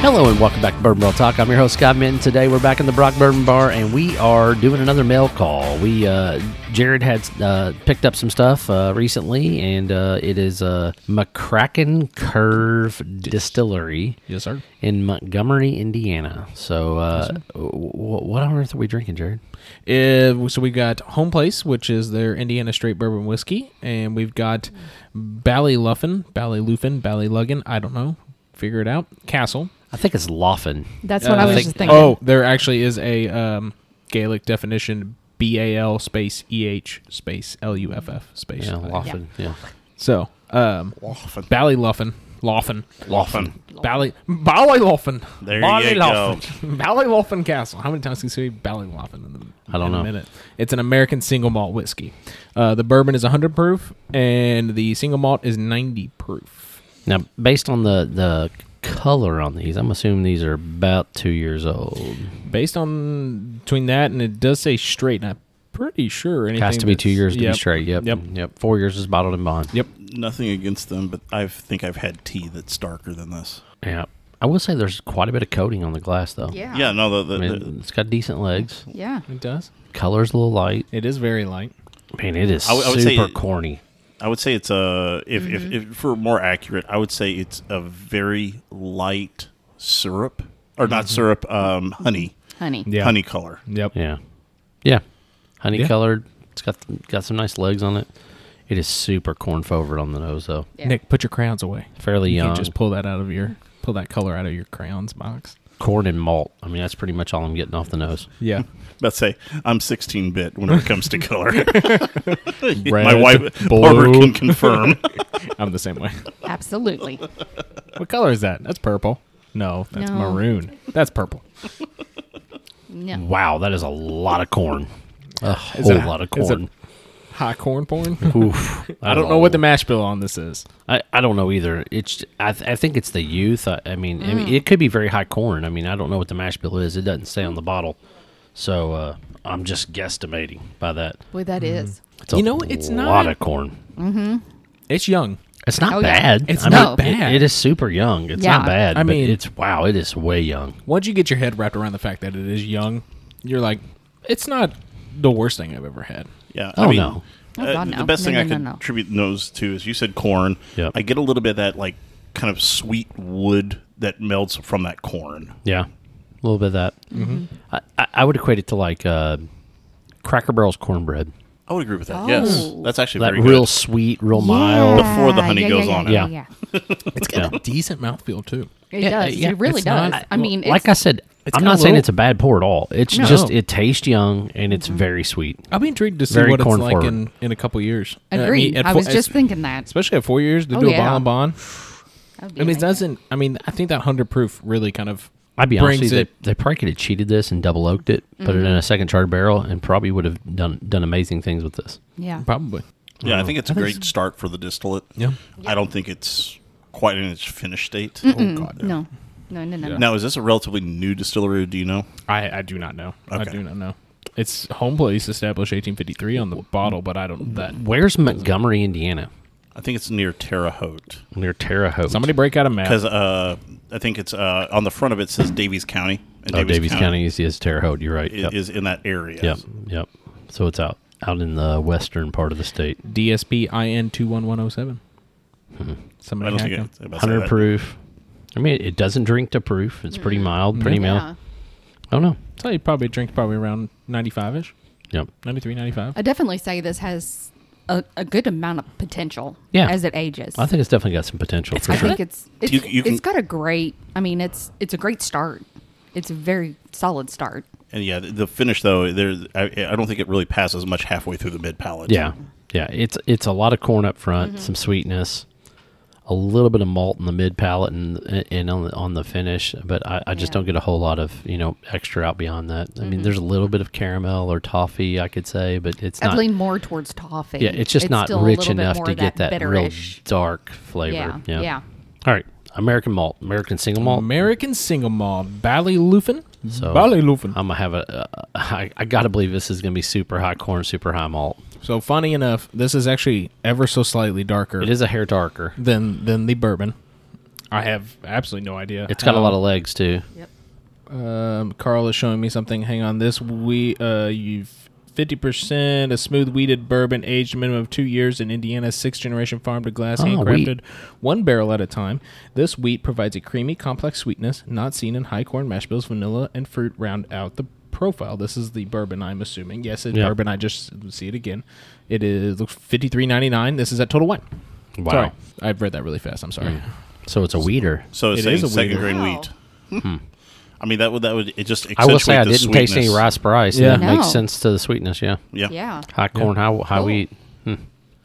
Hello and welcome back to Bourbon Barrel Talk. I'm your host Scott Minton. Today we're back in the Brock Bourbon Bar and we are doing another mail call. We uh, Jared had uh, picked up some stuff uh, recently and uh, it is uh, McCracken Curve Distillery Yes, sir. in Montgomery, Indiana. So uh, w- w- what on earth are we drinking, Jared? Uh, so we've got Home Place, which is their Indiana Straight Bourbon Whiskey, and we've got Ballyluffin, Ballyluffin, Ballyluggin. I don't know. Figure it out. Castle. I think it's Laughlin. That's what Uh, I was think- just thinking. Oh, there actually is a um, Gaelic definition: B A L space E H space L U F F space. Yeah, Laughlin. Yeah. So, um, Ballyluffin, Loffin, Laughlin. Bally Ballyluffin. There you Ballyluffin. Ballyluffin Castle. How many times can you say Ballyluffin in the I don't in a know. minute? It's an American single malt whiskey. Uh, the bourbon is 100 proof, and the single malt is 90 proof. Now, based on the the color on these, I'm assuming these are about two years old. Based on between that and it does say straight, and I'm pretty sure anything Has to be two that's- years to yep. be straight. Yep. Yep. Yep. Four years is bottled and bond. Yep. Nothing against them, but I think I've had tea that's darker than this. Yeah. I will say there's quite a bit of coating on the glass though. yeah. Yeah, no, the, I the, mean, the, it's got decent legs. Yeah. It does. Color's a little light. It is very light. Man, it is I would- I would say super it- corny. I would say it's a if, if, if for more accurate, I would say it's a very light syrup or not Mm-hmm. syrup, um, honey, Honey. Yeah. honey color. Yep. Yeah. Yeah. Honey Yeah. colored. It's got got some nice legs on it. It is super corn forward on the nose though. Yeah. Nick, put your crayons away. Fairly You young. can't just pull that out of your pull that color out of your crayons box. corn and malt. I mean, that's pretty much all I'm getting off the nose. Yeah. Let's say I'm 16 bit when it comes to color. My Red, wife blue. Barbara can confirm. I'm the same way. Absolutely. What color is that? That's purple. No, that's No. maroon. That's purple. No. Wow, that is a lot of corn. A Is whole it- lot of is it- corn. High corn porn. Oof. I don't know what the mash bill on this is. I, I don't know either. It's I, th- I think it's the youth. I, I mean, I mean, it could be very high corn. I mean, I don't know what the mash bill is. It doesn't say on the bottle, so uh, I'm just guesstimating by that. Boy, that is. It's a You know, it's lot not- of corn. It's young. It's not Oh, yeah. bad. It's I not mean, it- bad. it is super young. It's Yeah. not bad. I I mean, mean- it's wow. It is way young. Once you get your head wrapped around the fact that it is young, you're like, it's not the worst thing I've ever had. Yeah. Oh, no. Oh, uh, God, no. The best No, thing no, I no, could no. attribute those to is you said corn. Yep. I get a little bit of that like kind of sweet wood that melts from that corn. Yeah, a little bit of that. Mm-hmm. I, I, I would equate it to like uh, Cracker Barrel's cornbread. I would agree with that. Oh. Yes, that's actually That very real good. sweet, real mild. Before the honey goes on it. Yeah. Yeah. yeah. It's got got a a decent mouthfeel too. It Yeah, does. yeah, it really it's does. not- I mean, it's, like I said, It's I'm got not a saying little- it's a bad pour at all. It's No. just it tastes young and it's Mm-hmm. very sweet. I'll be intrigued to see Very what it's corn like forward. in, in a couple years. I mean, agreed. I, at fo- was just thinking that. especially at four years to Oh, do a yeah. bottle and bond. That would be I mean, it amazing. doesn't. I mean, I think that hundred proof really kind of. I'd be honest, with brings you, it. they, they probably could have cheated this and double oaked it, put it Mm-hmm. in a second charred barrel, and probably would have done done amazing things with this. Yeah. Probably. uh, Yeah, I think it's a great start for the distillate. Yeah. I don't think it's quite in its finished state. Oh God. No. No, no, no. no. Now, is this a relatively new distillery? Do you know? I, I do not know. I Okay. do not know. It's home place established 1853 on the bottle, but I don't that. Where's Montgomery, Indiana? I think it's near Terre Haute Near Terre Haute. Somebody break out a map. because uh, I think it's uh, on the front of it says Davies County. And oh, Davies County, is, is Terre Haute. You're right. i- Yep. is in that area. yep. Yep. So it's out out in the western part of the state. DSP IN two one one zero seven. I Somebody don't hacked think them. it's about Hundred that. proof. I mean, it doesn't drink to proof. It's pretty mild, pretty mild. Mm-hmm. Oh, Yeah. I don't know. So you probably drink probably around ninety five ish, Yep. 93, 95. I definitely say this has a, a good amount of potential Yeah. as it ages. I think it's definitely got some potential for I sure. think it's it's, You- you it's can- got a great. I mean, it's it's a great start. It's a very solid start. And yeah, the- the finish though, there I, I don't think it really passes much halfway through the mid palate. Yeah, yeah. It's it's a lot of corn up front, Mm-hmm. some sweetness, a little bit of malt in the mid palate and and on the, on the finish. But I, I just Yeah. Mm-hmm. don't get a whole lot of you know extra out beyond that. I mean, there's a little bit of caramel or toffee I could say, but it's I'd not. lean more towards toffee. Yeah, it's just not still a rich little bit enough more to of get that real bitterish. dark flavor. Yeah, yeah. yeah. All right, American malt, American single malt. American single malt Ballylufen. So- Ballylufen. I'm gonna have a. Uh, I, I gotta believe this is gonna be super high corn, super high malt. so funny enough, this is actually ever so slightly darker It is a hair darker. than than the bourbon. I have absolutely no idea. It's got Oh. a lot of legs too. Yep. Um, Carl is showing me something. Hang on, this we uh, you've fifty percent a smooth wheated bourbon aged a minimum of two years in Indiana, sixth generation farm to glass, Oh, handcrafted, wheat. one barrel at a time. This wheat provides a creamy, complex sweetness not seen in high corn mash bills. Vanilla and fruit round out the profile. This is the bourbon, I'm assuming. Yes, it's Yeah. bourbon. I just see it again. It is looks fifty three ninety nine. This is at Total Wine. Wow. Sorry, I've read that really fast. I'm sorry. So it's a weeder. So it's It saying is a second weeder. grain Wow. wheat. I mean that would that would it just Hmm. I will say I accentuate the didn't taste any sweetness. rice price. Yeah. Yeah, that makes No. Oh. sense to the sweetness. Yeah, Yeah. Yeah. high corn, high high Cool. wheat.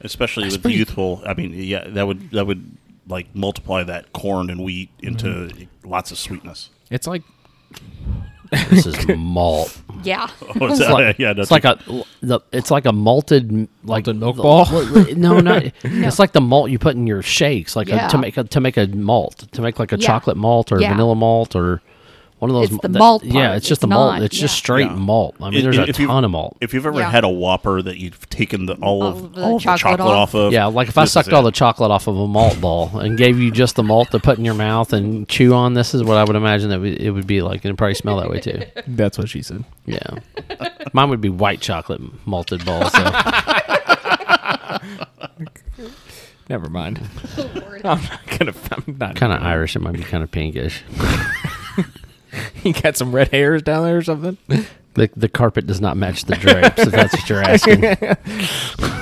especially with pretty- youthful. I mean, yeah, that would that would like multiply that corn and wheat into Mm-hmm. lots of sweetness. It's like This is malt. Yeah. Oh, is It's that- like, yeah, it's like a the, it's like a malted m- like Malted milk the- ball? what- no, not it's like the malt you put in your shakes, like a, Yeah. to make a, to make a malt, to make like a Yeah. chocolate malt or Yeah. vanilla malt or one of those. It's m- the malt Yeah, part. it's just It's the malt. not- It's just yeah. straight Yeah. malt. I mean, If- there's a if you've- ton of malt. If you've ever Yeah. had a Whopper that you've taken the all All of of the all of the chocolate chocolate off. off of, Yeah, like if I this is sucked all it. the chocolate off of a malt ball and gave you just the malt to put in your mouth and chew on, this is what I would imagine that we- it would be like, and it probably smell that way too. that's what she said. Yeah, mine would be white chocolate malted balls. So. Never mind. I'm not gonna. I'm not kind of Irish. It might be kind of pinkish. He got some red hairs down there or something. The, the carpet does not match the drapes, if that's what you're asking.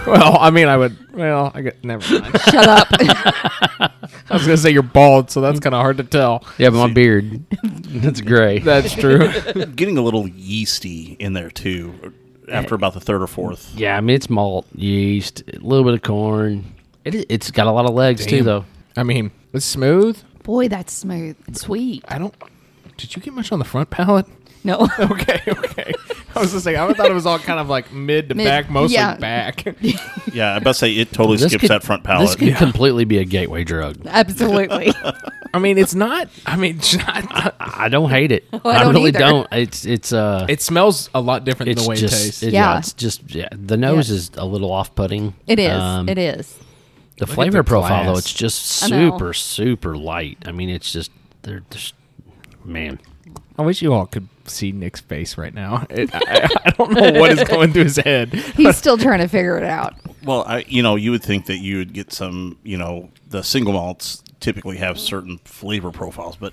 Well, I mean, I would. Well, I get never mind. Shut up. I was gonna say you're bald, so that's kind of hard to tell. Yeah, but my beard, it's gray. That's true. getting a little yeasty in there too. After about the third or fourth, Yeah, I mean, it's malt, yeast, a little bit of corn. It, i- it's got a lot of legs, too, Damn. though. I mean, it's smooth. Boy, that's smooth. It's sweet. I don't. Did you get much on the front palate? No. Okay, okay. I was just saying. I thought it was all kind of like mid to Mid- back, mostly yeah. back. yeah, I must say it totally skips that front This palate. could completely be a gateway drug. Absolutely. I mean, it's not. I mean, it's not, I don't hate it. I, don't really either. don't. It's it's uh, it smells a lot different it's than the way just it tastes. it- yeah. Yeah. it's just yeah, the nose Yeah. is a little off putting. It is. Um, it is. The at flavor the profile, though, glass. it's just I know. super super light. I mean, it's just they're just man. I wish you all could see Nick's face right now. It, I, I don't know what is going through his head. He's still trying to figure it out. Well, I, you know, you would think that you would get some, you know, the single malts typically have certain flavor profiles, but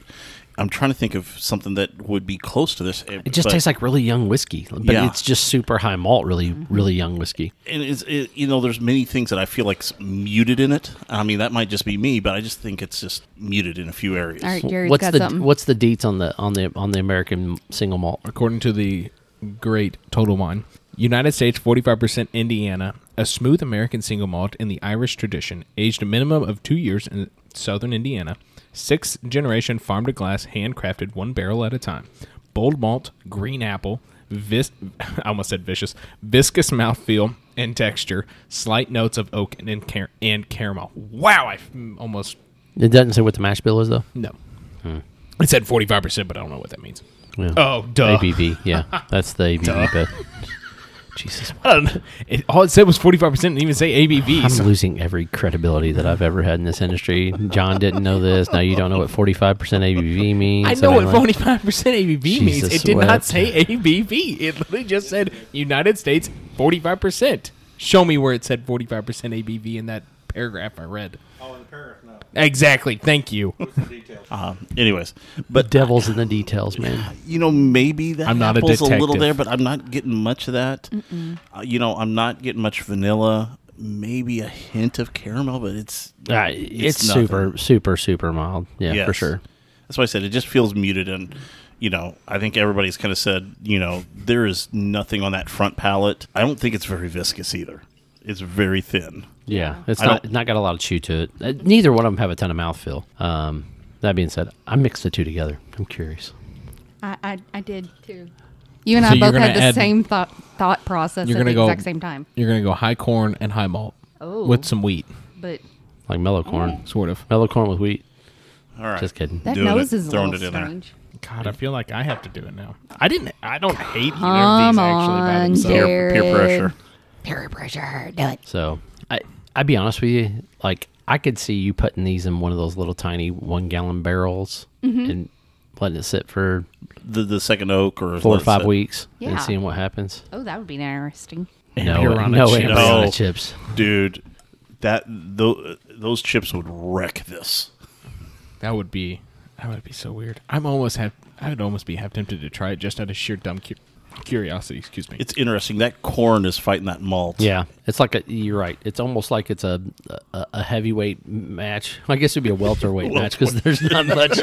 I'm trying to think of something that would be close to this. eh, It just tastes like really young whiskey, but Yeah. it's just super high malt, really, Mm-hmm. really young whiskey. and it's, it, you know, there's many things that I feel like muted in it. I mean, that might just be me, but I just think it's just muted in a few areas. All right, Jared's what's got the something. what's the deets on the on the on the American single malt? according to the great Total Wine. United States 45% Indiana, a smooth American single malt in the Irish tradition, aged a minimum of two years in southern Indiana, sixth generation farm to glass, handcrafted one barrel at a time. Bold malt, green apple, vis- I almost said vicious, viscous mouthfeel and texture, slight notes of oak and, car- and caramel. Wow, I f- almost, It doesn't say what the mash bill is though. no. Hmm. It said 45%, but I don't know what that means. Yeah. Oh, duh. ABV, yeah, that's the ABV. But Jesus, I don't know. It, all it said was 45% didn't even say ABV. I'm so- losing every credibility that I've ever had in this industry. John didn't know this. Now you don't know what 45% ABV means. I know mean, what like- 45% ABV means. Jesus It did wept. not say ABV. It literally just said United States 45%. Show me where it said 45% ABV in that paragraph I read. Oh, in the paragraph, no. Exactly. Thank you. What's the details? Um, anyways, but Devil's in the details, man. you know, maybe that I'm not a apple's a, little detective. there, but I'm not getting much of that. Uh, you know, I'm not getting much vanilla. Maybe a hint of caramel, but it's Uh, it's nothing. super, super, super mild. Yeah, for Yes. sure. That's why I said it just feels muted, and you know, I think everybody's kind of said, you know, there is nothing on that front palate. I don't think it's very viscous either. It's very thin. Yeah, it's I not don't- not got a lot of chew to it. Uh, Neither one of them have a ton of mouthfeel. Um, that being said, I mixed the two together. I'm curious. I, I, I did too. You and So I you're both gonna had the add- same thought thought process You're at gonna the go- exact same time, You're going to go high corn and high malt Oh. with some wheat, but Like mellow corn, sort of. mellow corn with wheat. All right, Just kidding. that Doing nose it, is a throwing little it in there. strange. God, I feel like I have to do it now. I didn't. I don't hate either Come on, of these actually by peer, themselves. Jared. peer pressure. Peer pressure, do it. So I I be honest with you, like I could see you putting these in one of those little tiny one gallon barrels and letting it sit for The, the second oak or four or let's five say- weeks Yeah. and seeing what happens. Oh, that would be interesting. No, Amperana no chips. Amperana No. chips. dude. That tho- those chips would wreck this. That would be that would be so weird. I'm almost have I would almost be half tempted to try it just out of sheer dumb cu- curiosity. Excuse me. It's interesting. That corn is fighting that malt. Yeah, it's like a. You're right. It's almost like it's a a, a heavyweight match. I guess it'd be a welterweight match because there's not much,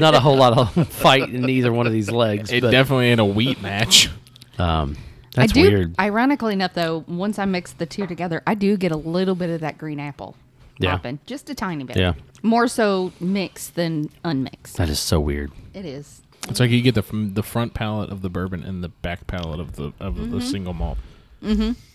not a whole lot of fight in either one of these legs. it but, definitely in a wheat match. um, that's I do, weird. Ironically enough, though, once I mix the two together, I do get a little bit of that green apple Yeah. popping, just a tiny bit. Yeah. More so mixed than unmixed. that is so weird. It is. It's like you get the from the front palate of the bourbon and the back palate of the of the single malt.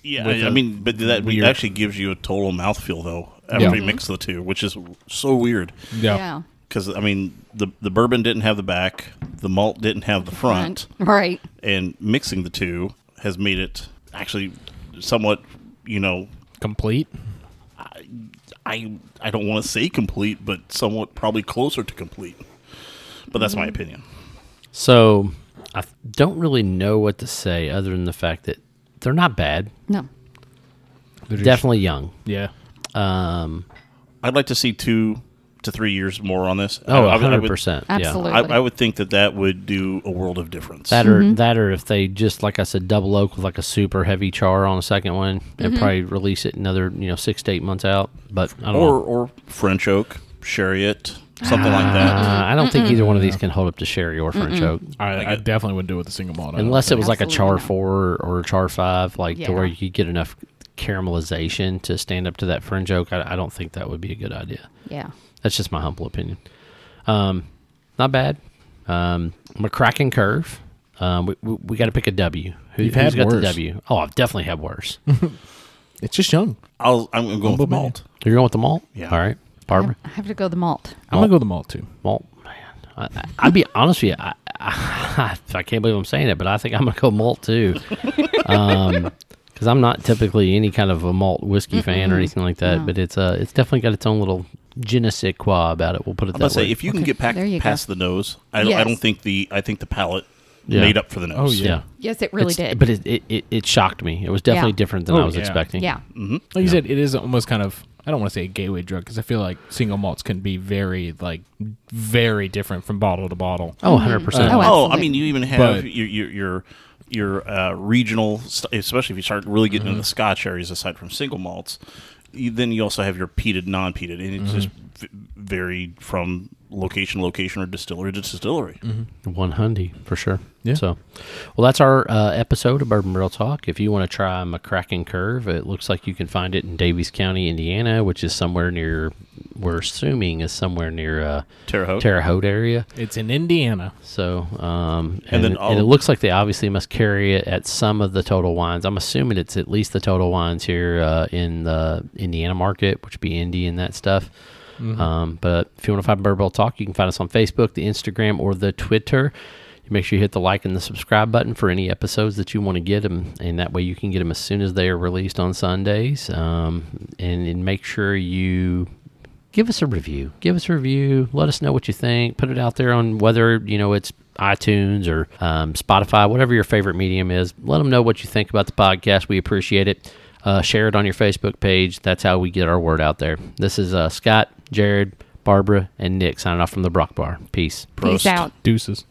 yeah. With I, I a mean, but that weird- actually gives you a total mouthfeel though after Yeah. you mix the two, which is so weird. Yeah. Because I mean, the the bourbon didn't have the back, the malt didn't have the front, Right. and mixing the two has made it actually somewhat. You know, Complete. I I don't want to say complete, but somewhat probably closer to complete. But that's my opinion. So I f- don't really know what to say other than the fact that they're not bad. No. They're just- Definitely young. Yeah. Um, I'd like to see two to three years more on this. oh, I- I would- I would- 100 percent. Absolutely. I, I would think that that would do a world of difference. That or Mm-hmm. that or if they just like I said, double oak with like a super heavy char on the second one, Mm-hmm. and probably release it another you know six to eight months out. But I don't or know. or French oak, sherry it, something like Ah. that. Uh, I don't think either one of these can hold up to sherry or French oak, I, I definitely would do it with the single malt. I don't unless it think. was like a char Absolutely not. four or, or a char five, like to where Yeah. you could get enough caramelization to stand up to that French oak. I, I don't think that would be a good idea. Yeah. That's just my humble opinion. Um, not bad. Um, McCracken curve. Um, we we, we got to pick a W. Who, You've who's had got the worse. W? Oh, I've definitely had worse. it's just young. I'll, I'm going to go with Humble malt. You're going with the malt? Yeah. All right. Barbara, I have to go the malt. I'm gonna go with the malt too. malt. Man, I, I- I'll be honest with you. I, I, I can't believe I'm saying it, but I think I'm going to go malt too. Because I'm not typically any kind of a malt whiskey fan or anything like that, but it's uh, it's definitely got its own little je ne sais quoi about it. We'll put it that I'm going to way. say if you can get pack, There you go. past the nose, I, don't I Yes. don't think the I think the palate Yeah. made up for the nose. yeah. Yes, it really It's- did. But it, it, it, it shocked me. It was definitely Yeah. different than Oh, I was yeah. expecting. yeah. Like you said, it is almost kind of I don't want to say a gateway drug because I feel like single malts can be very like very different from bottle to bottle. Oh, 100%. Oh, Oh, I absolutely. mean, you even have But- your your your, your uh, regional, st- especially if you start really getting into the Scotch areas, aside from single malts. You, then you also have your peated, non-peated, and it's just v- varied from location, to location, or distillery to distillery. One hundy for sure. Yeah. So, well, that's our uh, episode of Bourbon Barrel Talk. If you want to try McCracken Curve, it looks like you can find it in Davies County, Indiana, which is somewhere near. We're assuming is somewhere near uh, Terre Haute. Terre Haute area. It's in Indiana. So, um, and, then it- all- and it looks like they obviously must carry it at some of the Total Wines. I'm assuming it's at least the Total Wines here uh, in the Indiana market, which would be Indy and that stuff. Mm-hmm. Um, but if you want to find Bourbon Barrel Talk, you can find us on Facebook, the Instagram, or the Twitter. You Make sure you hit the like and the subscribe button for any episodes that you want to get them, and that way you can get them as soon as they are released on Sundays. Um, and, and make sure you give us a review. Give us a review. Let us know what you think. Put it out there on whether you know it's iTunes or um, Spotify, whatever your favorite medium is. Let them know what you think about the podcast. We appreciate it. Uh, share it on your Facebook page. That's how we get our word out there. This is uh, Scott, Jared, Barbara, and Nick signing off from the Brock Bar. Peace. Peace out. Deuces.